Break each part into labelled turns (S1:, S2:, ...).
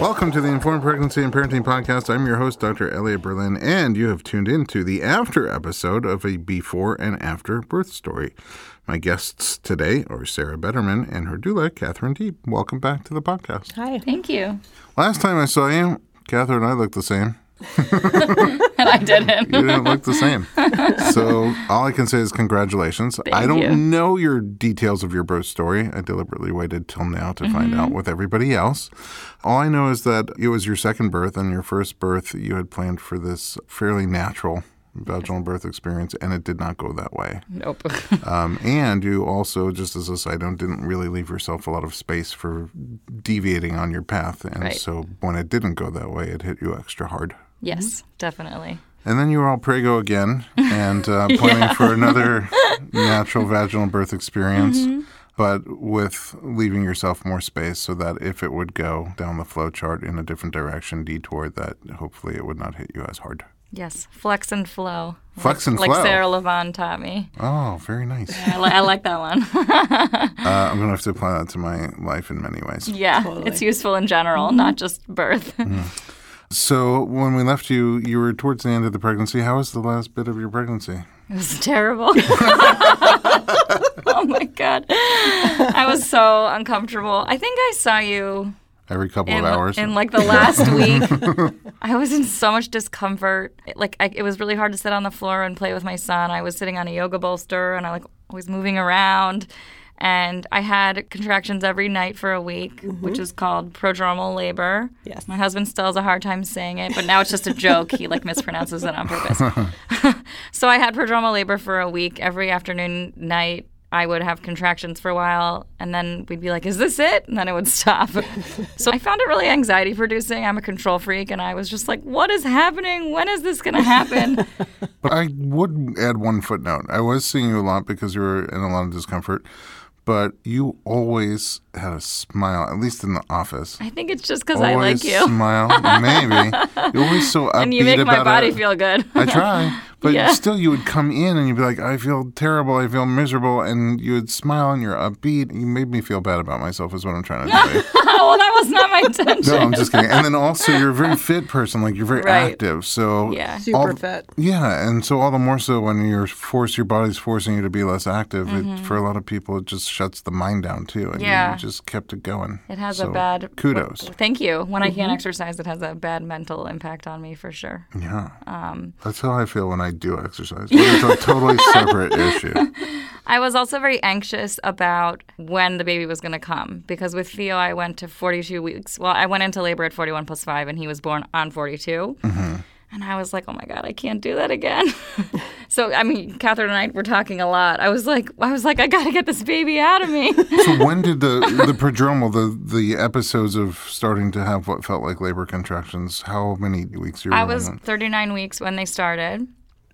S1: Welcome to the Informed Pregnancy and Parenting Podcast. I'm your host, Dr. Elliot Berlin, and you have tuned in to the after episode of a before and after birth story. My guests today are Sarah Betterman and her doula, Catherine Deep. Welcome back to the podcast.
S2: Hi.
S3: Thank you.
S1: Last time I saw you, Catherine and I looked the same.
S3: And I didn't.
S1: You didn't look the same. So all I can say is congratulations. I don't
S3: you.
S1: know your details of your birth story. I deliberately waited till now to find
S3: Mm-hmm.
S1: out with everybody else. All I know is that it was your second birth and your first birth you had planned for this fairly natural vaginal birth experience and it did not go that way.
S3: Nope.
S1: Um, and you also, just as a side note, didn't really leave yourself a lot of space for deviating on your path. And
S3: Right.
S1: so when it didn't go that way, it hit you extra hard.
S3: yes, definitely.
S1: And then you were all prego again and uh, planning for another natural vaginal birth experience,
S3: Mm-hmm.
S1: but with leaving yourself more space so that if it would go down the flow chart in a different direction, detour, that hopefully it would not hit you as hard.
S3: Yes, flex and flow.
S1: Flex and
S3: like,
S1: flow.
S3: Like Sarah Levon taught me.
S1: Oh, very nice.
S3: I, li- I like that one.
S1: Uh, I'm going to have to apply that to my life in many ways.
S3: yeah, it's useful in general, not just birth.
S1: Mm. So when we left you, you were towards the end of the pregnancy. How was the last bit of your pregnancy?
S3: It was terrible. oh my god, I was so uncomfortable. I think I saw you
S1: Every couple
S3: in,
S1: of hours.
S3: in like the last week. I was in so much discomfort. It- like I, it was really hard to sit on the floor and play with my son. I was sitting on a yoga bolster and I like was moving around. And I had contractions every night for a week, which is called prodromal labor.
S2: Yes.
S3: My husband still has a hard time saying it, but now it's just a joke. he like mispronounces it on purpose. So I had prodromal labor for a week. Every afternoon, night, I would have contractions for a while, and then we'd be like, "Is this it?" And then it would stop. so I found it really anxiety producing. I'm a control freak, and I was just like, "What is happening? When is this going to happen?"
S1: But I would add one footnote. I was seeing you a lot because you were in a lot of discomfort, but you always had a smile, at least in the office.
S3: I think it's just because I
S1: always
S3: like you,
S1: smile, maybe. You're always so upbeat
S3: and you make
S1: about
S3: my body
S1: it.
S3: feel good.
S1: I try, but
S3: Yeah.
S1: still, you would come in and you'd be like, "I feel terrible. I feel miserable," and you would smile and you're upbeat. You made me feel bad about myself. Is what I'm trying to say.
S3: well, that was not my intention.
S1: No, I'm just kidding. And then also, you're a very fit person. Like you're very
S3: Right.
S1: active. So
S3: Yeah.
S2: Super
S1: All-
S2: fit.
S1: yeah, and so all the more so when you're forced, your body's forcing you to be less active. It, for a lot of people, it just shuts the mind down too, and
S3: Mm-hmm. Yeah.
S1: you just kept it going.
S3: It has
S1: So,
S3: a bad.
S1: kudos. Mm-hmm.
S3: Thank you. When I can't exercise, it has a bad mental impact on me for sure.
S1: Yeah,
S3: um,
S1: that's how I feel when I do exercise. But it's a totally separate issue.
S3: I was also very anxious about when the baby was going to come because with Theo, I went to 42 weeks. Well, I went into labor at 41 plus five, and he was born on 42. And I was like, oh my God, I can't do that again. so, I mean, Catherine and I were talking a lot. I was like, I was like, I got to get this baby out of me.
S1: So when did the the prodromal, the the episodes of starting to have what felt like labor contractions? How many weeks you were
S3: I
S1: in
S3: was
S1: it?
S3: 39 weeks when they started.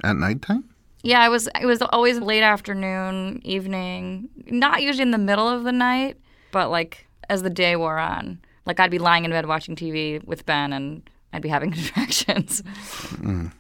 S1: at nighttime?
S3: Yeah, I was. It was always late afternoon, evening. Not usually in the middle of the night, but like as the day wore on, like I'd be lying in bed watching TV with Ben, and I'd be having contractions.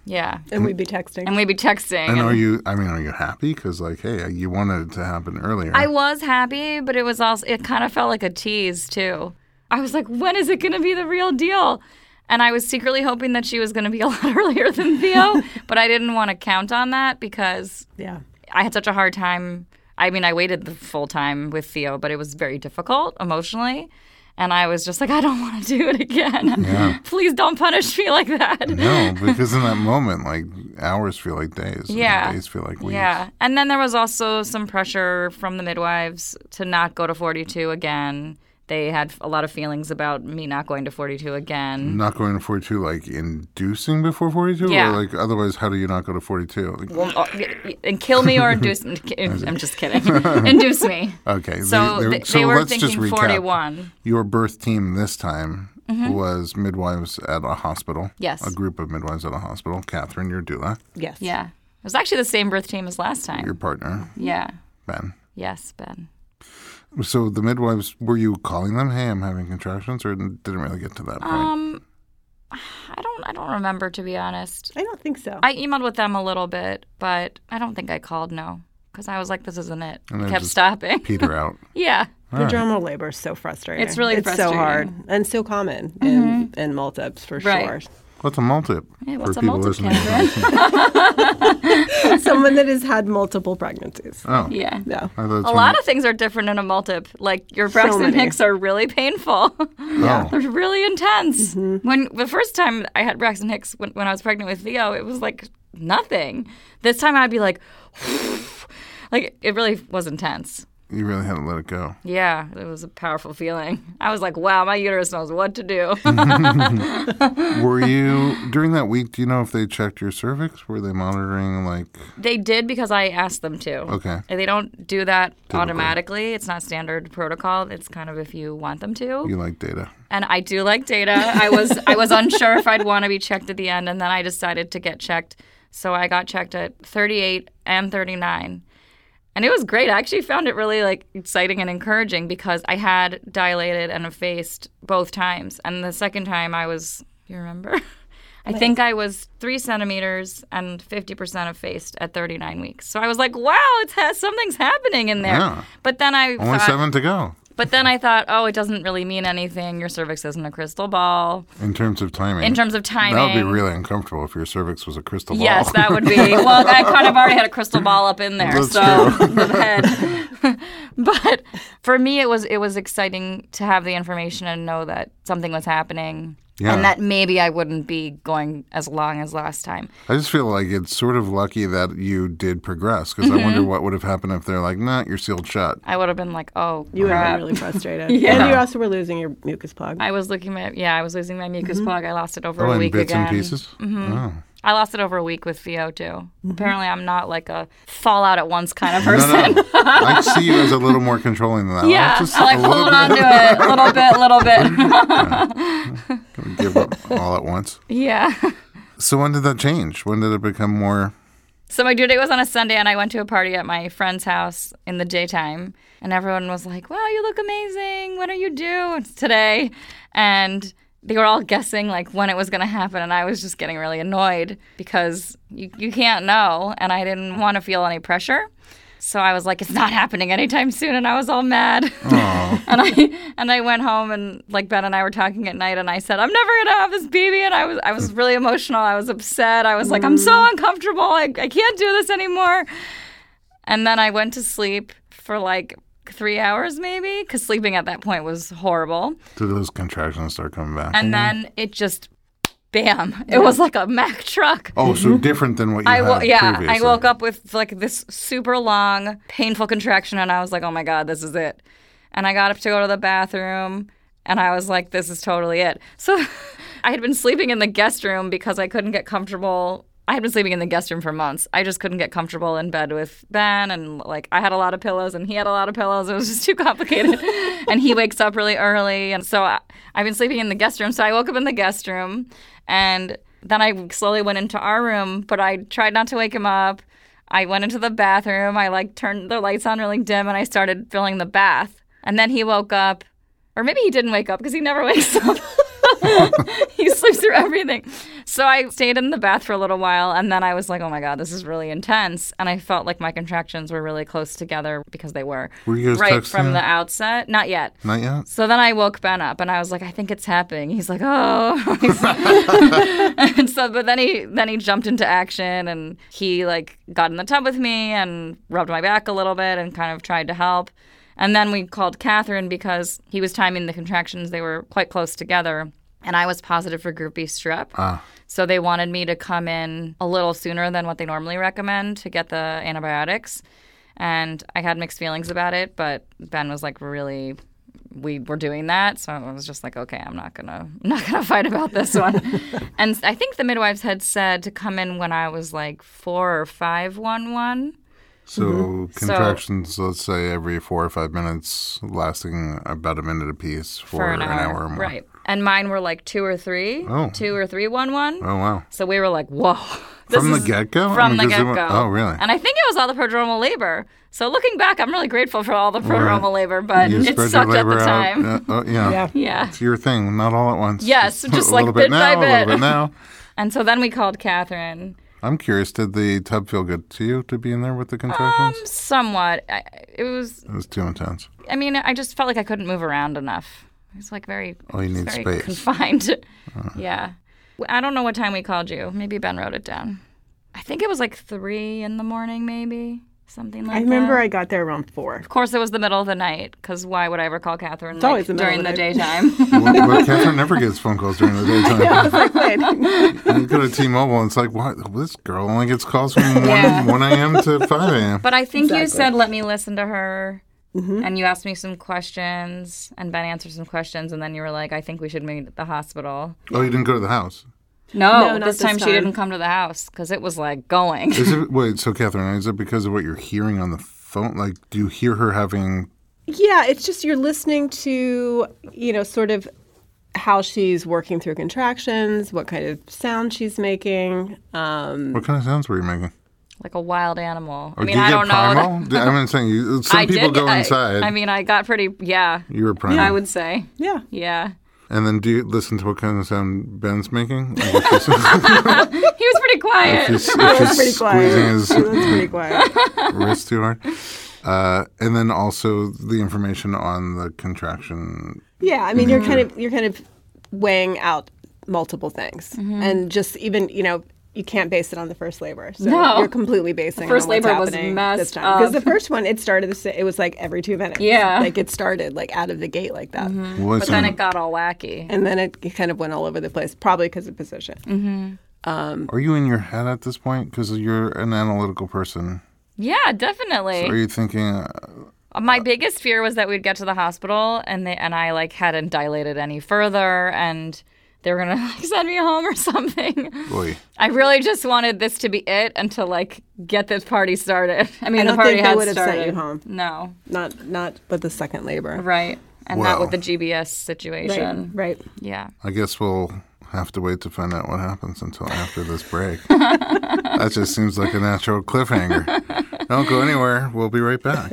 S3: Yeah,
S2: And we'd be texting.
S3: and we'd be texting.
S1: And
S3: and-
S1: are you? Mm. I mean, are you happy? Because like, hey, you wanted it to happen earlier.
S3: I was happy, but it was also it kind of felt like a tease too. I was like, when is it going to be the real deal? And I was secretly hoping that she was going to be a lot earlier than Theo, but I didn't want to count on that because
S2: yeah.
S3: I had such a hard time. I mean, I waited the full time with Theo, but it was very difficult emotionally. And I was just like, I don't want to do it again. Please don't punish me like that.
S1: No, because in that moment, like hours feel like days. and
S3: Yeah.
S1: days feel like weeks.
S3: Yeah. And then there was also some pressure from the midwives to not go to 42 again. They had a lot of feelings about me not going to 42 again.
S1: Not going to forty-two, like inducing before forty-two,
S3: Yeah.
S1: or like otherwise, how do you not go to forty-two? Like,
S3: Well, uh, y- y- and kill me or induce me. I'm just kidding. induce me.
S1: okay,
S3: So they,
S1: so
S3: they were
S1: let's just
S3: thinking
S1: recap.
S3: 41.
S1: Your birth team this time was midwives at a hospital.
S3: Mm-hmm. Yes.
S1: a group of midwives at a hospital. Catherine, your doula,
S2: Yes.
S3: Yeah. It was actually the same birth team as last time.
S1: your partner,
S3: Yeah.
S1: Ben.
S3: Yes, Ben.
S1: So the midwives, were you calling them? Hey, I'm having contractions, or didn't really get to that point.
S3: Um, I don't. I don't remember to be honest.
S2: I don't think so.
S3: I emailed with them a little bit, but I don't think I called. No, because I was like, this isn't it.
S1: And then
S3: kept
S1: just
S3: stopping.
S1: Peter out.
S3: yeah.
S2: Pajama labor is so frustrating.
S3: It's really
S2: it's so
S3: frustrating. Mm-hmm.
S2: hard and so common in in multips for
S3: Right.
S2: sure.
S1: What's a multip?
S3: Hey, what's
S1: for
S3: a
S1: people
S3: multip,
S1: listening?
S3: Catherine?
S2: Someone that has had multiple pregnancies.
S1: oh.
S3: yeah.
S2: No.
S1: I thought it's
S3: A lot of things are different in a multip. Like your breasts and
S2: many.
S3: hips are really painful.
S1: Yeah.
S3: They're really intense. When the first time I had Braxton Hicks when, when I was pregnant with Theo, it was like nothing. This time I'd be like, like it really was intense.
S1: You really had to let it go.
S3: Yeah, it was a powerful feeling. I was like, wow, my uterus knows what to do.
S1: Were you during that week? Do you know if they checked your cervix? Were they monitoring like?
S3: they did because I asked them to.
S1: Okay.
S3: They don't do that automatically. It's not standard protocol. It's kind of if you want them to.
S1: You like data?
S3: and I do like data. I was I was unsure if I'd want to be checked at the end, and then I decided to get checked. So I got checked at 38 and 39, and it was great. I actually found it really like exciting and encouraging because I had dilated and effaced both times, and the second time I was. Do you remember? I think I was three centimeters and 50% effaced at 39 weeks. So I was like, wow, it's has, something's happening in there.
S1: Yeah.
S3: But then I
S1: Only
S3: thought,
S1: seven to go
S3: but then I thought, oh, it doesn't really mean anything. Your cervix isn't a crystal ball.
S1: in terms of timing.
S3: In terms of timing.
S1: that would be really uncomfortable if your cervix was a crystal ball.
S3: Yes, that would be. Well, I kind of already had a crystal ball up in there,
S1: That's
S3: so the head. but for me, it was it was exciting to have the information and know that something was happening,
S1: Yeah.
S3: and that maybe I wouldn't be going as long as last time.
S1: I just feel like it's sort of lucky that you did progress because I
S3: Mm-hmm.
S1: wonder what would have happened if they're like, "Nah, you're sealed shut."
S3: I would have been like, oh,
S2: You were
S3: crap.
S2: really frustrated. yeah. And you also were losing your mucus plug.
S3: I was looking at yeah, I was losing my mucus plug. I lost it over
S1: Oh,
S3: a
S1: in
S3: week
S1: bits
S3: again. Mm-hmm.
S1: and pieces. Oh.
S3: I lost it over a week with Theo too. Apparently, I'm not like a fallout at once kind of person.
S1: No, no. I see you as a little more controlling than that.
S3: Yeah,
S1: just
S3: I like
S1: a little
S3: hold on to
S1: bit.
S3: it, little bit, little bit.
S1: Give up all at once.
S3: yeah.
S1: So when did that change? When did it become more?
S3: So my due date was on a Sunday, and I went to a party at my friend's house in the daytime, and everyone was like, "Wow, you look amazing! When are you due It's today?" And they were all guessing like when it was going to happen, and I was just getting really annoyed because you you can't know, and I didn't want to feel any pressure. So I was like, "It's not happening anytime soon," and I was all mad.
S1: Oh,
S3: and I and I went home and like Ben and I were talking at night and I said I'm never gonna have this baby and I was I was really emotional I was upset I was like I'm
S1: Mm.
S3: so uncomfortable I, I can't do this anymore and then I went to sleep for like three hours maybe because sleeping at that point was horrible
S1: did those contractions start coming back?
S3: and then it just bam it was like a Mack truck
S1: oh, so different than what you
S3: Mm-hmm. I
S1: had
S3: wo- yeah,
S1: previously.
S3: I woke up with like this super long, painful contraction, and I was like, "Oh my god, this is it." And I got up to go to the bathroom, and I was like, "This is totally it." So, I had been sleeping in the guest room because I couldn't get comfortable. I had been sleeping in the guest room for months. I just couldn't get comfortable in bed with Ben, and like I had a lot of pillows, and he had a lot of pillows. It was just too complicated. and he wakes up really early, and so I, I've been sleeping in the guest room. So I woke up in the guest room, and then I slowly went into our room, but I tried not to wake him up. I went into the bathroom. I like turned the lights on really dim and I started filling the bath. And then he woke up, or maybe he didn't wake up because he never wakes up. he sleeps through everything. So I stayed in the bath for a little while and then I was like, oh my God, this is really intense. And I felt like my contractions were really close together because they were
S1: Were you guys
S3: right
S1: texting?
S3: from the outset. Not yet.
S1: Not yet.
S3: So then I woke Ben up and I was like, I think it's happening. He's like, oh. and so, but then he then he jumped into action and he like got in the tub with me and rubbed my back a little bit and kind of tried to help. And then we called Catherine because he was timing the contractions; they were quite close together. And I was positive for Group B strep, so they wanted me to come in a little sooner than what they normally recommend to get the antibiotics. And I had mixed feelings about it, but Ben was like really we were doing that so i was just like okay i'm not gonna I'm not gonna fight about this one and i think the midwives had said to come in when i was like four or five one one
S1: So
S3: Mm-hmm.
S1: contractions, let's say every four or five minutes, lasting about a minute apiece for, an, hour. or more.
S3: right and mine were like two or three, two
S1: Oh.
S3: or three one one
S1: Oh wow.
S3: so we were like whoa this
S1: From the
S3: is-
S1: get-go? I
S3: from
S1: mean,
S3: the
S1: 'cause they
S3: get-go
S1: went- oh, really?
S3: and i think it was all the prodromal labor so looking back i'm really grateful for all the prodromal labor but
S1: You
S3: it
S1: spread
S3: sucked
S1: your
S3: at
S1: labor
S3: the time
S1: out. Yeah. Oh, yeah.
S2: Yeah.
S3: yeah
S1: It's your thing, not all at once.
S3: Yes, just
S1: a
S3: like
S1: little bit
S3: bit
S1: now,
S3: by
S1: a little
S3: bit.
S1: bit now.
S3: And so then we called Catherine.
S1: I'm curious. Did the tub feel good to you to be in there with
S3: Um,
S1: the contractions?
S3: Somewhat. I, it was.
S1: it was too intense.
S3: I mean, I just felt like I couldn't move around enough. It was like very.
S1: Oh, you
S3: it was
S1: need
S3: very
S1: space.
S3: Confined. Yeah. W- I don't know what time we called you. Maybe Ben wrote it down. I think it was like three in the morning, maybe something like
S2: I remember I got there around four.
S3: Of course, it was the middle of the night because why would I ever call Catherine like,
S2: always the middle
S3: during
S2: of
S3: the
S2: the night.
S3: daytime?
S1: well, well, Catherine never gets phone calls during the daytime.
S2: Like, wait.
S1: you go to T-Mobile, and it's like, what? This girl only gets calls from one,
S3: Yeah.
S1: one a.m. to five a.m.
S3: but I think you said, let me listen to her.
S2: Mm-hmm.
S3: And you asked me some questions, and Ben answered some questions, and then you were like, "I think we should meet at the hospital."
S1: Oh, you didn't go to the house.
S3: No,
S2: not
S3: this,
S2: this
S3: time, she
S2: time.
S3: didn't come to the house because it was like going.
S1: Is it wait? So Catherine, is it because of what you're hearing on the phone? Like, do you hear her having?
S2: Yeah, it's just you're listening to, you know, sort of how she's working through contractions, what kind of sound she's making. Um,
S1: What kind of sounds were you making?
S3: like a wild animal. Mm. I
S1: Or Oh, do
S3: mean,
S1: you
S3: I
S1: get
S3: don't
S1: primal?
S3: know.
S1: Do- I'm saying you, some
S3: I
S1: people
S3: did.
S1: go
S3: I-
S1: inside.
S3: I, mean, I got pretty. Yeah,
S1: you were primal.
S3: I would say.
S2: yeah.
S3: Yeah,
S1: And then do you listen to what kind of sound Ben's making? Like if he's-
S3: he was pretty
S1: if
S3: quiet.
S1: he's,
S2: It
S1: if
S2: was pretty
S1: he's squeezing
S2: quiet.
S1: his
S2: It was pretty quiet.
S1: wrist too hard. Uh, and then also the information on the contraction.
S2: Yeah, I mean, you're kind
S3: Mm-hmm.
S2: of you're kind of weighing out multiple things,
S3: Mm-hmm.
S2: and just even you know you can't base it on the first labor. So
S3: No.
S2: you're completely basing
S3: The first
S2: on what's
S3: labor was
S2: happening this
S3: messed
S2: time because
S3: up.
S2: the first one it started the sa- it was like every two minutes.
S3: Yeah. Mm-hmm.
S2: like it started like out of the gate like that,
S1: Well,
S3: But
S1: it's
S3: then
S1: an-
S3: it got all wacky.
S2: and then it kind of went all over the place, probably because of position.
S3: Mm-hmm.
S1: are you in your head at this point? Because you're an analytical person.
S3: Yeah, definitely.
S1: Are you thinking? Uh,
S3: My biggest fear was that we'd get to the hospital and they and I like hadn't dilated any further and they were gonna like send me home or something.
S1: boy,
S3: I really just wanted this to be it and to like get this party started. I mean,
S2: I
S3: the
S2: don't
S3: party
S2: think they
S3: has
S2: would have sent
S3: started.
S2: you home.
S3: No,
S2: Not not with the second labor.
S3: right, and not
S1: Wow.
S3: with the GBS situation.
S2: Right.
S3: Yeah,
S1: I guess we'll have to wait to find out what happens until after this break. that just seems like a natural cliffhanger. Don't go anywhere. We'll be right back.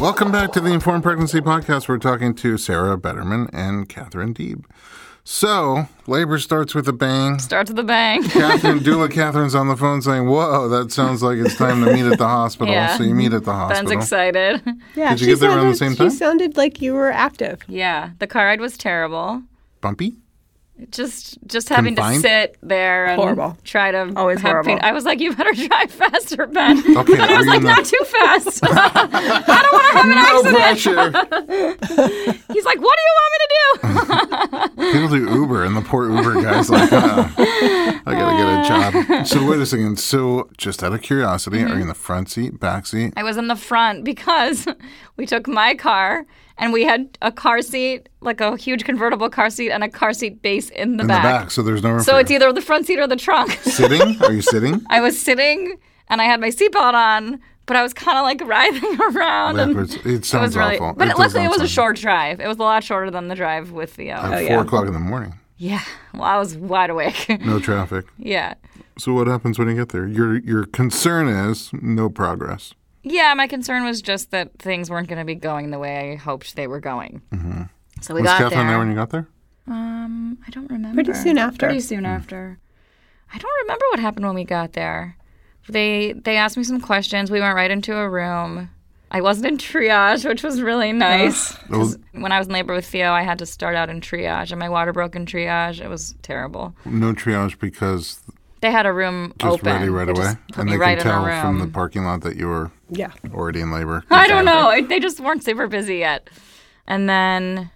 S1: Welcome back to the Informed Pregnancy Podcast. We're talking to Sarah Betterman and Catherine Deeb. So, labor starts with a bang.
S3: starts with a bang.
S1: Catherine Dula Catherine's on the phone saying, "Whoa, that sounds like it's time to meet at the hospital."
S3: Yeah.
S1: So you meet at the
S3: Ben's
S1: hospital.
S3: excited.
S2: Yeah.
S1: Did you
S2: she
S1: get there around the same
S2: sounded-
S1: time?
S2: She sounded like you were active.
S3: yeah, the car ride was terrible.
S1: Bumpy.
S3: just just having
S1: Confined?
S3: to sit there and
S2: Horrible.
S3: try to
S2: Always
S3: have
S2: horrible.
S3: pain. I was like, you better drive faster, Ben.
S1: Okay,
S3: I
S1: are
S3: was
S1: you
S3: like,
S1: in
S3: not
S1: the-
S3: too fast. I don't want to have an
S1: no
S3: accident.
S1: pressure.
S3: He's like, what do you want me to do?
S1: People do Uber, and the poor Uber guy's like, "Ah, "I
S3: Uh.
S1: gotta get a job." So wait a second. So just out of curiosity,
S3: Mm-hmm.
S1: are you in the front seat, back seat?
S3: I was in the front because we took my car and we had a car seat, like a huge convertible car seat, and a car seat base in the
S1: In
S3: back.
S1: the back, so there's no room.
S3: So
S1: for
S3: it's either the front seat or the trunk.
S1: sitting. Are you sitting?
S3: I was sitting and I had my seatbelt on, but I was kind of like writhing around.
S1: Backwards.
S3: And
S1: It
S3: It
S1: sounds
S3: was really,
S1: awful.
S3: but
S1: it does
S3: luckily it
S1: sound
S3: was a
S1: sound-
S3: short oh, drive. It was a lot shorter than the drive with Theo.
S1: At four
S2: yeah.
S1: o'clock in the morning,
S3: yeah, well, I was wide awake.
S1: no traffic.
S3: yeah,
S1: So what happens when you get there? Your your concern is no progress.
S3: yeah. My concern was just that things weren't going to be going the way I hoped they were going. So we
S1: was
S3: got
S1: Catherine
S3: there.
S1: there when you got there?
S3: um, I don't remember.
S2: Pretty soon after.
S3: Pretty
S1: Hmm.
S3: soon after. I don't remember what happened when we got there. They they asked me some questions. We went right into a room. I wasn't in triage, which was really nice.
S1: That was-
S3: when I was in labor with Theo, I had to start out in triage, and my water broke in triage. It was terrible.
S1: no triage because
S3: They had a room
S1: just
S3: open.
S1: ready right
S3: They
S1: away,
S3: just put
S1: and
S3: me
S1: they
S3: right
S1: can
S3: in a
S1: tell
S3: room.
S1: from the parking lot that you were
S2: Yeah.
S1: already in labor.
S3: I don't know. It- They just weren't super busy yet. And then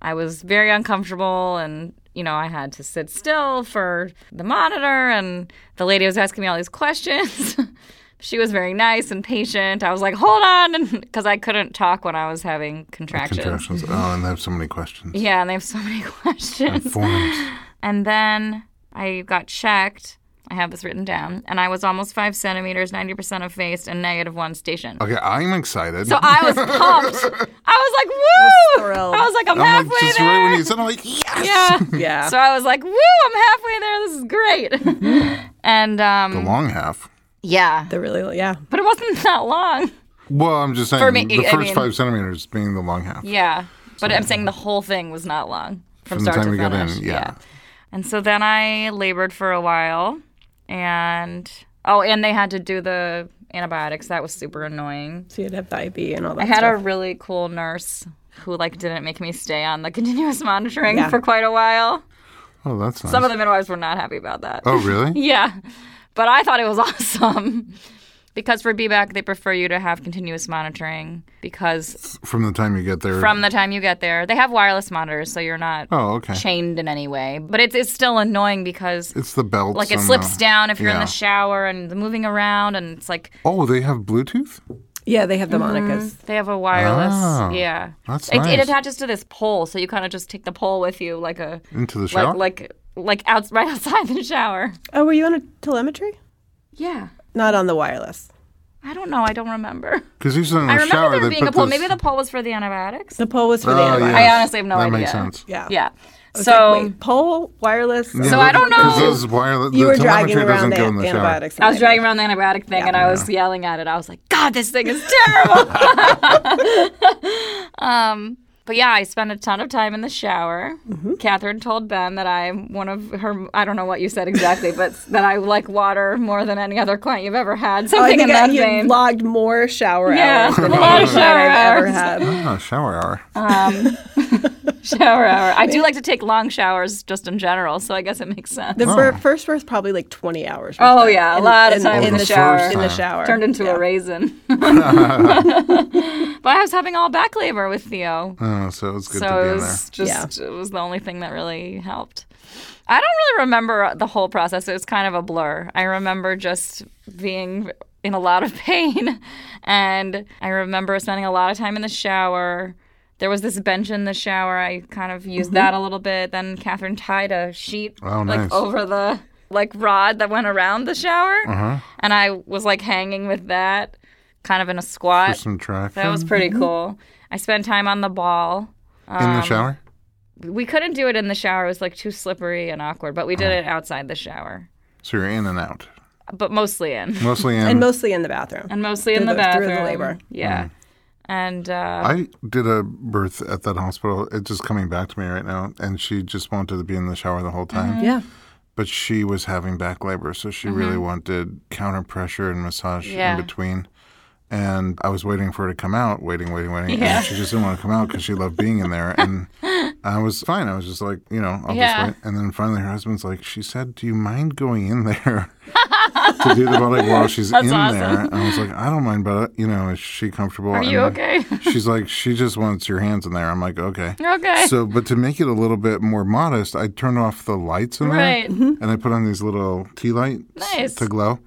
S3: I was very uncomfortable and you know, I had to sit still for the monitor and the lady was asking me all these questions. she was very nice and patient. I was like, "Hold on," because I couldn't talk when I was having contractions.
S1: Contractions. Oh, and they have so many questions.
S3: Yeah, and they have so many questions.
S1: Forms.
S3: And then I got checked. I have this written down, and I was almost five centimeters, ninety percent of face, and negative one station.
S1: Okay, I'm excited.
S3: So I was pumped. I was like, woo!
S2: thrilled.
S3: I was like, I'm,
S1: I'm
S3: halfway
S1: like, just
S3: there.
S1: right when you said, I'm like, yeah.
S3: yeah.
S1: Hmm.
S2: Yeah.
S3: So I was like, woo, I'm halfway there. This is great. and
S1: The
S3: um,
S1: long half.
S3: yeah,
S2: They're really, yeah.
S3: but it wasn't that long.
S1: Well, I'm just saying
S3: me,
S1: the
S3: I
S1: first
S3: mean-
S1: five centimeters being the long half.
S3: Yeah. But I'm saying the whole thing was not long
S1: From
S3: from,
S1: the
S3: start
S1: time
S3: to
S1: we got
S3: finish.
S1: in, yeah.
S3: And so then I labored for a while and oh, and they had to do the antibiotics. That was super annoying.
S2: So you'd have the IV and all that
S3: I had
S2: stuff.
S3: a really cool nurse who like didn't make me stay on the continuous monitoring
S2: Yeah.
S3: for quite a while.
S1: Oh, that's nice.
S3: Some of the midwives were not happy about that.
S1: oh, really?
S3: Yeah. But I thought it was awesome. Because for BBAC, they prefer you to have continuous monitoring because
S1: From the time you get there.
S3: from the time you get there, they have wireless monitors, so you're not
S1: oh, okay.
S3: chained in any way. But it's, it's still annoying because
S1: It's the belt.
S3: like it slips down if you're in
S1: yeah.
S3: the shower and the moving around, and it's like
S1: Oh, they have Bluetooth?
S2: yeah, they have the monicas.
S3: they have a wireless.
S1: Oh,
S3: yeah.
S1: that's
S3: it, it
S1: nice.
S3: attaches to this pole, so you kind of just take the pole with you like a.
S1: Into the shower?
S3: Like, like, like out, right outside the shower.
S2: Oh, were you on a telemetry?
S3: Yeah.
S2: Not on the wireless.
S3: I don't know. I don't remember.
S1: Because usually in the
S3: I remember
S1: shower,
S3: there
S1: they
S3: being a
S1: put
S3: poll.
S1: this-
S3: Maybe the poll was for the antibiotics.
S2: The pole was for
S1: Oh,
S2: the antibiotics.
S1: yes.
S3: I honestly have no
S1: that
S3: idea.
S1: makes sense.
S2: Yeah.
S3: Yeah.
S2: It's
S3: So
S2: like, wait, pole, wireless.
S1: Yeah,
S3: So I don't
S1: Because
S3: know.
S1: those wireless,
S2: you
S1: the
S2: were
S1: telemetry
S2: dragging around
S1: doesn't
S2: the
S1: go in the shower.
S2: antibiotics.
S3: I was dragging around the antibiotic thing and I was yelling at it. I was like, God, this thing is terrible. um, but yeah, I spent a ton of time in the shower.
S2: Mm-hmm.
S3: Catherine told Ben that I'm one of her, I don't know what you said exactly, but that I like water more than any other client you've ever had.
S2: Oh, I
S3: Something
S2: think
S3: in
S2: I,
S3: that
S2: you
S3: vein.
S2: logged more shower
S3: Yeah,
S2: hours than
S3: a lot
S2: anyone
S3: of
S2: I've
S3: shower
S2: ever
S3: hours.
S2: had.
S1: Oh, shower hour.
S3: shower hour. I do like to take long showers just in general, so I guess it makes sense.
S2: The fir- first was probably like 20 hours. was
S3: Oh,
S2: spent
S3: yeah, a
S2: in-
S3: lot of
S2: in-
S3: time in
S2: in
S1: the
S2: the
S1: shower.
S2: shower. In the
S1: Yeah.
S2: shower.
S3: Turned into
S2: Yeah.
S3: a raisin. but I was having all back labor with Theo.
S1: Oh, so it was good
S3: so
S1: to be
S3: it
S1: in there.
S3: was just it was the only thing that really helped. I don't really remember the whole process. It was kind of a blur. I remember just being in a lot of pain and I remember spending a lot of time in the shower. There was this bench in the shower. I kind of used that a little bit. Then Catherine tied a sheet
S1: Oh,
S3: like
S1: nice.
S3: over the like rod that went around the shower.
S1: Uh-huh.
S3: And I was like hanging with that kind of in a
S1: For
S3: squat.
S1: some traffic.
S3: that was pretty cool. I spent time on the ball
S1: in
S3: um,
S1: the shower?
S3: we couldn't do it in the shower. It was like too slippery and awkward, but we
S1: Uh-huh.
S3: did it outside the shower,
S1: So you're in and out.
S3: but mostly in.
S1: Mostly in.
S2: And mostly in the bathroom.
S3: And mostly in
S2: Through
S3: the,
S2: the- through
S3: bathroom.
S2: the labor.
S1: Uh-huh.
S3: Yeah. And uh,
S1: I did a birth at that hospital. It's just coming back to me right now. And she just wanted to be in the shower the whole time.
S2: Yeah.
S1: But she was having back labor. So she really wanted counter pressure and massage
S3: Mm-hmm. Yeah.
S1: in between. And I was waiting for her to come out, waiting, waiting, waiting.
S3: Yeah.
S1: And she just didn't want to come out because she loved being in there. And I was fine. I was just like, you know, I'll
S3: Yeah.
S1: just wait. And then finally her husband's like, she said, do you mind going in there? to do the body while she's in there. And I was like, I don't mind, but, you know, is she comfortable?
S3: are you okay?
S1: She's like, she just wants your hands in there. I'm like, okay.
S3: Okay.
S1: So, but to make it a little bit more modest, I turned off the lights in there,
S3: Right.
S1: and I put on these little tea lights
S3: Mm-hmm. Nice.
S1: to glow.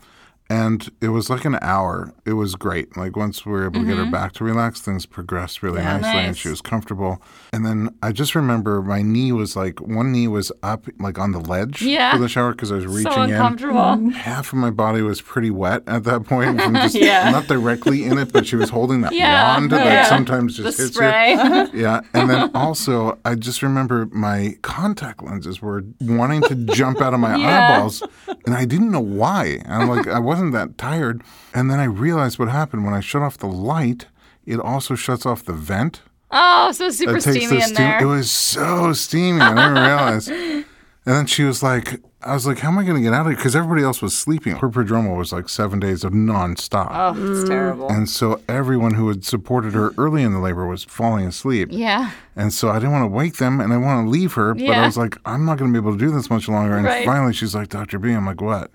S1: And it was like an hour. It was great. Like once we were able to get her back to relax, things progressed really nicely, and
S3: Mm-hmm. Nice.
S1: she was comfortable. And then I just remember my knee was like one knee was up, like on the ledge
S3: Yeah.
S1: for the shower because I was reaching
S3: so
S1: in
S3: uncomfortable.
S1: half of my body was pretty wet at that point from just
S3: Yeah.
S1: not directly in it, but she was holding that
S3: Yeah.
S1: wand that
S3: Yeah.
S1: sometimes
S3: The
S1: just hits
S3: spray.
S1: you. Yeah. And then also I just remember my contact lenses were wanting to jump out of my
S3: Yeah.
S1: eyeballs and I didn't know why. I'm like I wasn't that tired. And then I realized what happened when I shut off the light, it also shuts off the vent.
S3: Oh, so it's super
S1: It takes
S3: steamy
S1: the
S3: in there.
S1: It was so steamy. I didn't realize. And then she was like, I was like, how am I going to get out of here? Because everybody else was sleeping. Her prodromal was like seven days of nonstop.
S4: Oh, it's terrible.
S1: And so everyone who had supported her early in the labor was falling asleep.
S3: Yeah.
S1: And so I didn't want to wake them and I want to leave her. But I
S3: Yeah.
S1: was like, I'm not going to be able to do this much longer. And
S3: Right.
S1: finally she's like, Dr. B, I'm like, what?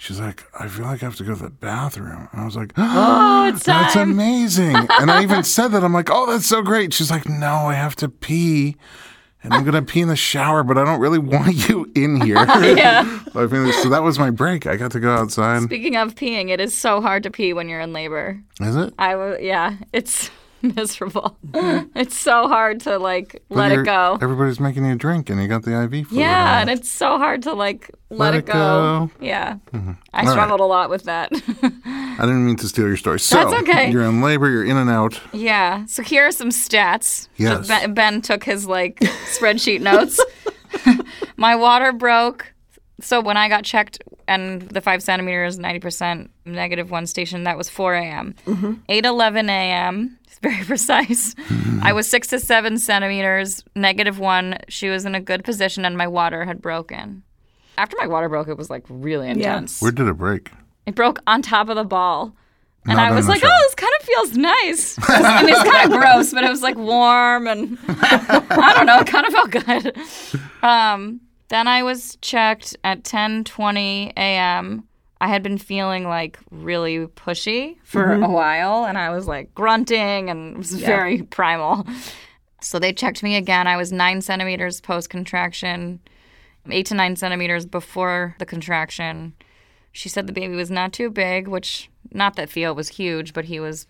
S1: She's like, I feel like I have to go to the bathroom. And I was like,
S3: Oh, it's
S1: That's amazing. and I even said that. I'm like, oh, that's so great. She's like, no, I have to pee. And I'm going to pee in the shower, but I don't really want you in here. yeah. so that was my break. I got to go outside.
S3: Speaking of peeing, it is so hard to pee when you're in labor.
S1: Is it?
S3: I was, yeah, it's miserable. it's so hard to like
S1: But
S3: let
S1: Mm-hmm. you're-
S3: it go.
S1: Everybody's making you a drink and you got the IV fluid.
S3: Yeah,
S1: on.
S3: and it's so hard to like let, it go. Mm-hmm. Yeah, I
S1: right.
S3: struggled a lot with that.
S1: I didn't mean to steal your story. So
S3: That's okay.
S1: You're in labor, you're in and out.
S3: yeah. So here are some stats.
S1: Yes.
S3: Ben, ben took his like spreadsheet notes. My water broke. So when I got checked and the five centimeters, 90% negative one station, that was 4 a.m. 8 11 a.m. It's very precise. I was six to seven centimeters, negative one. She was in a good position and my water had broken. After my water broke, it was like really intense.
S1: Where did it break?
S3: It broke on top of the ball. And
S1: Not
S3: I
S1: in
S3: was
S1: the
S3: like,
S1: shower.
S3: oh, this kind of feels nice. I mean, it's kind of gross, but it was like warm and I don't know, it kind of felt good. Um, then I was checked at 10:20 a.m. I had been feeling like really pushy for
S1: Mm-hmm.
S3: a while, and I was like grunting and it was very primal. So they checked me again. I was nine centimeters post contraction, eight to nine centimeters before the contraction. She said the baby was not too big, which not that Theo was huge, but he was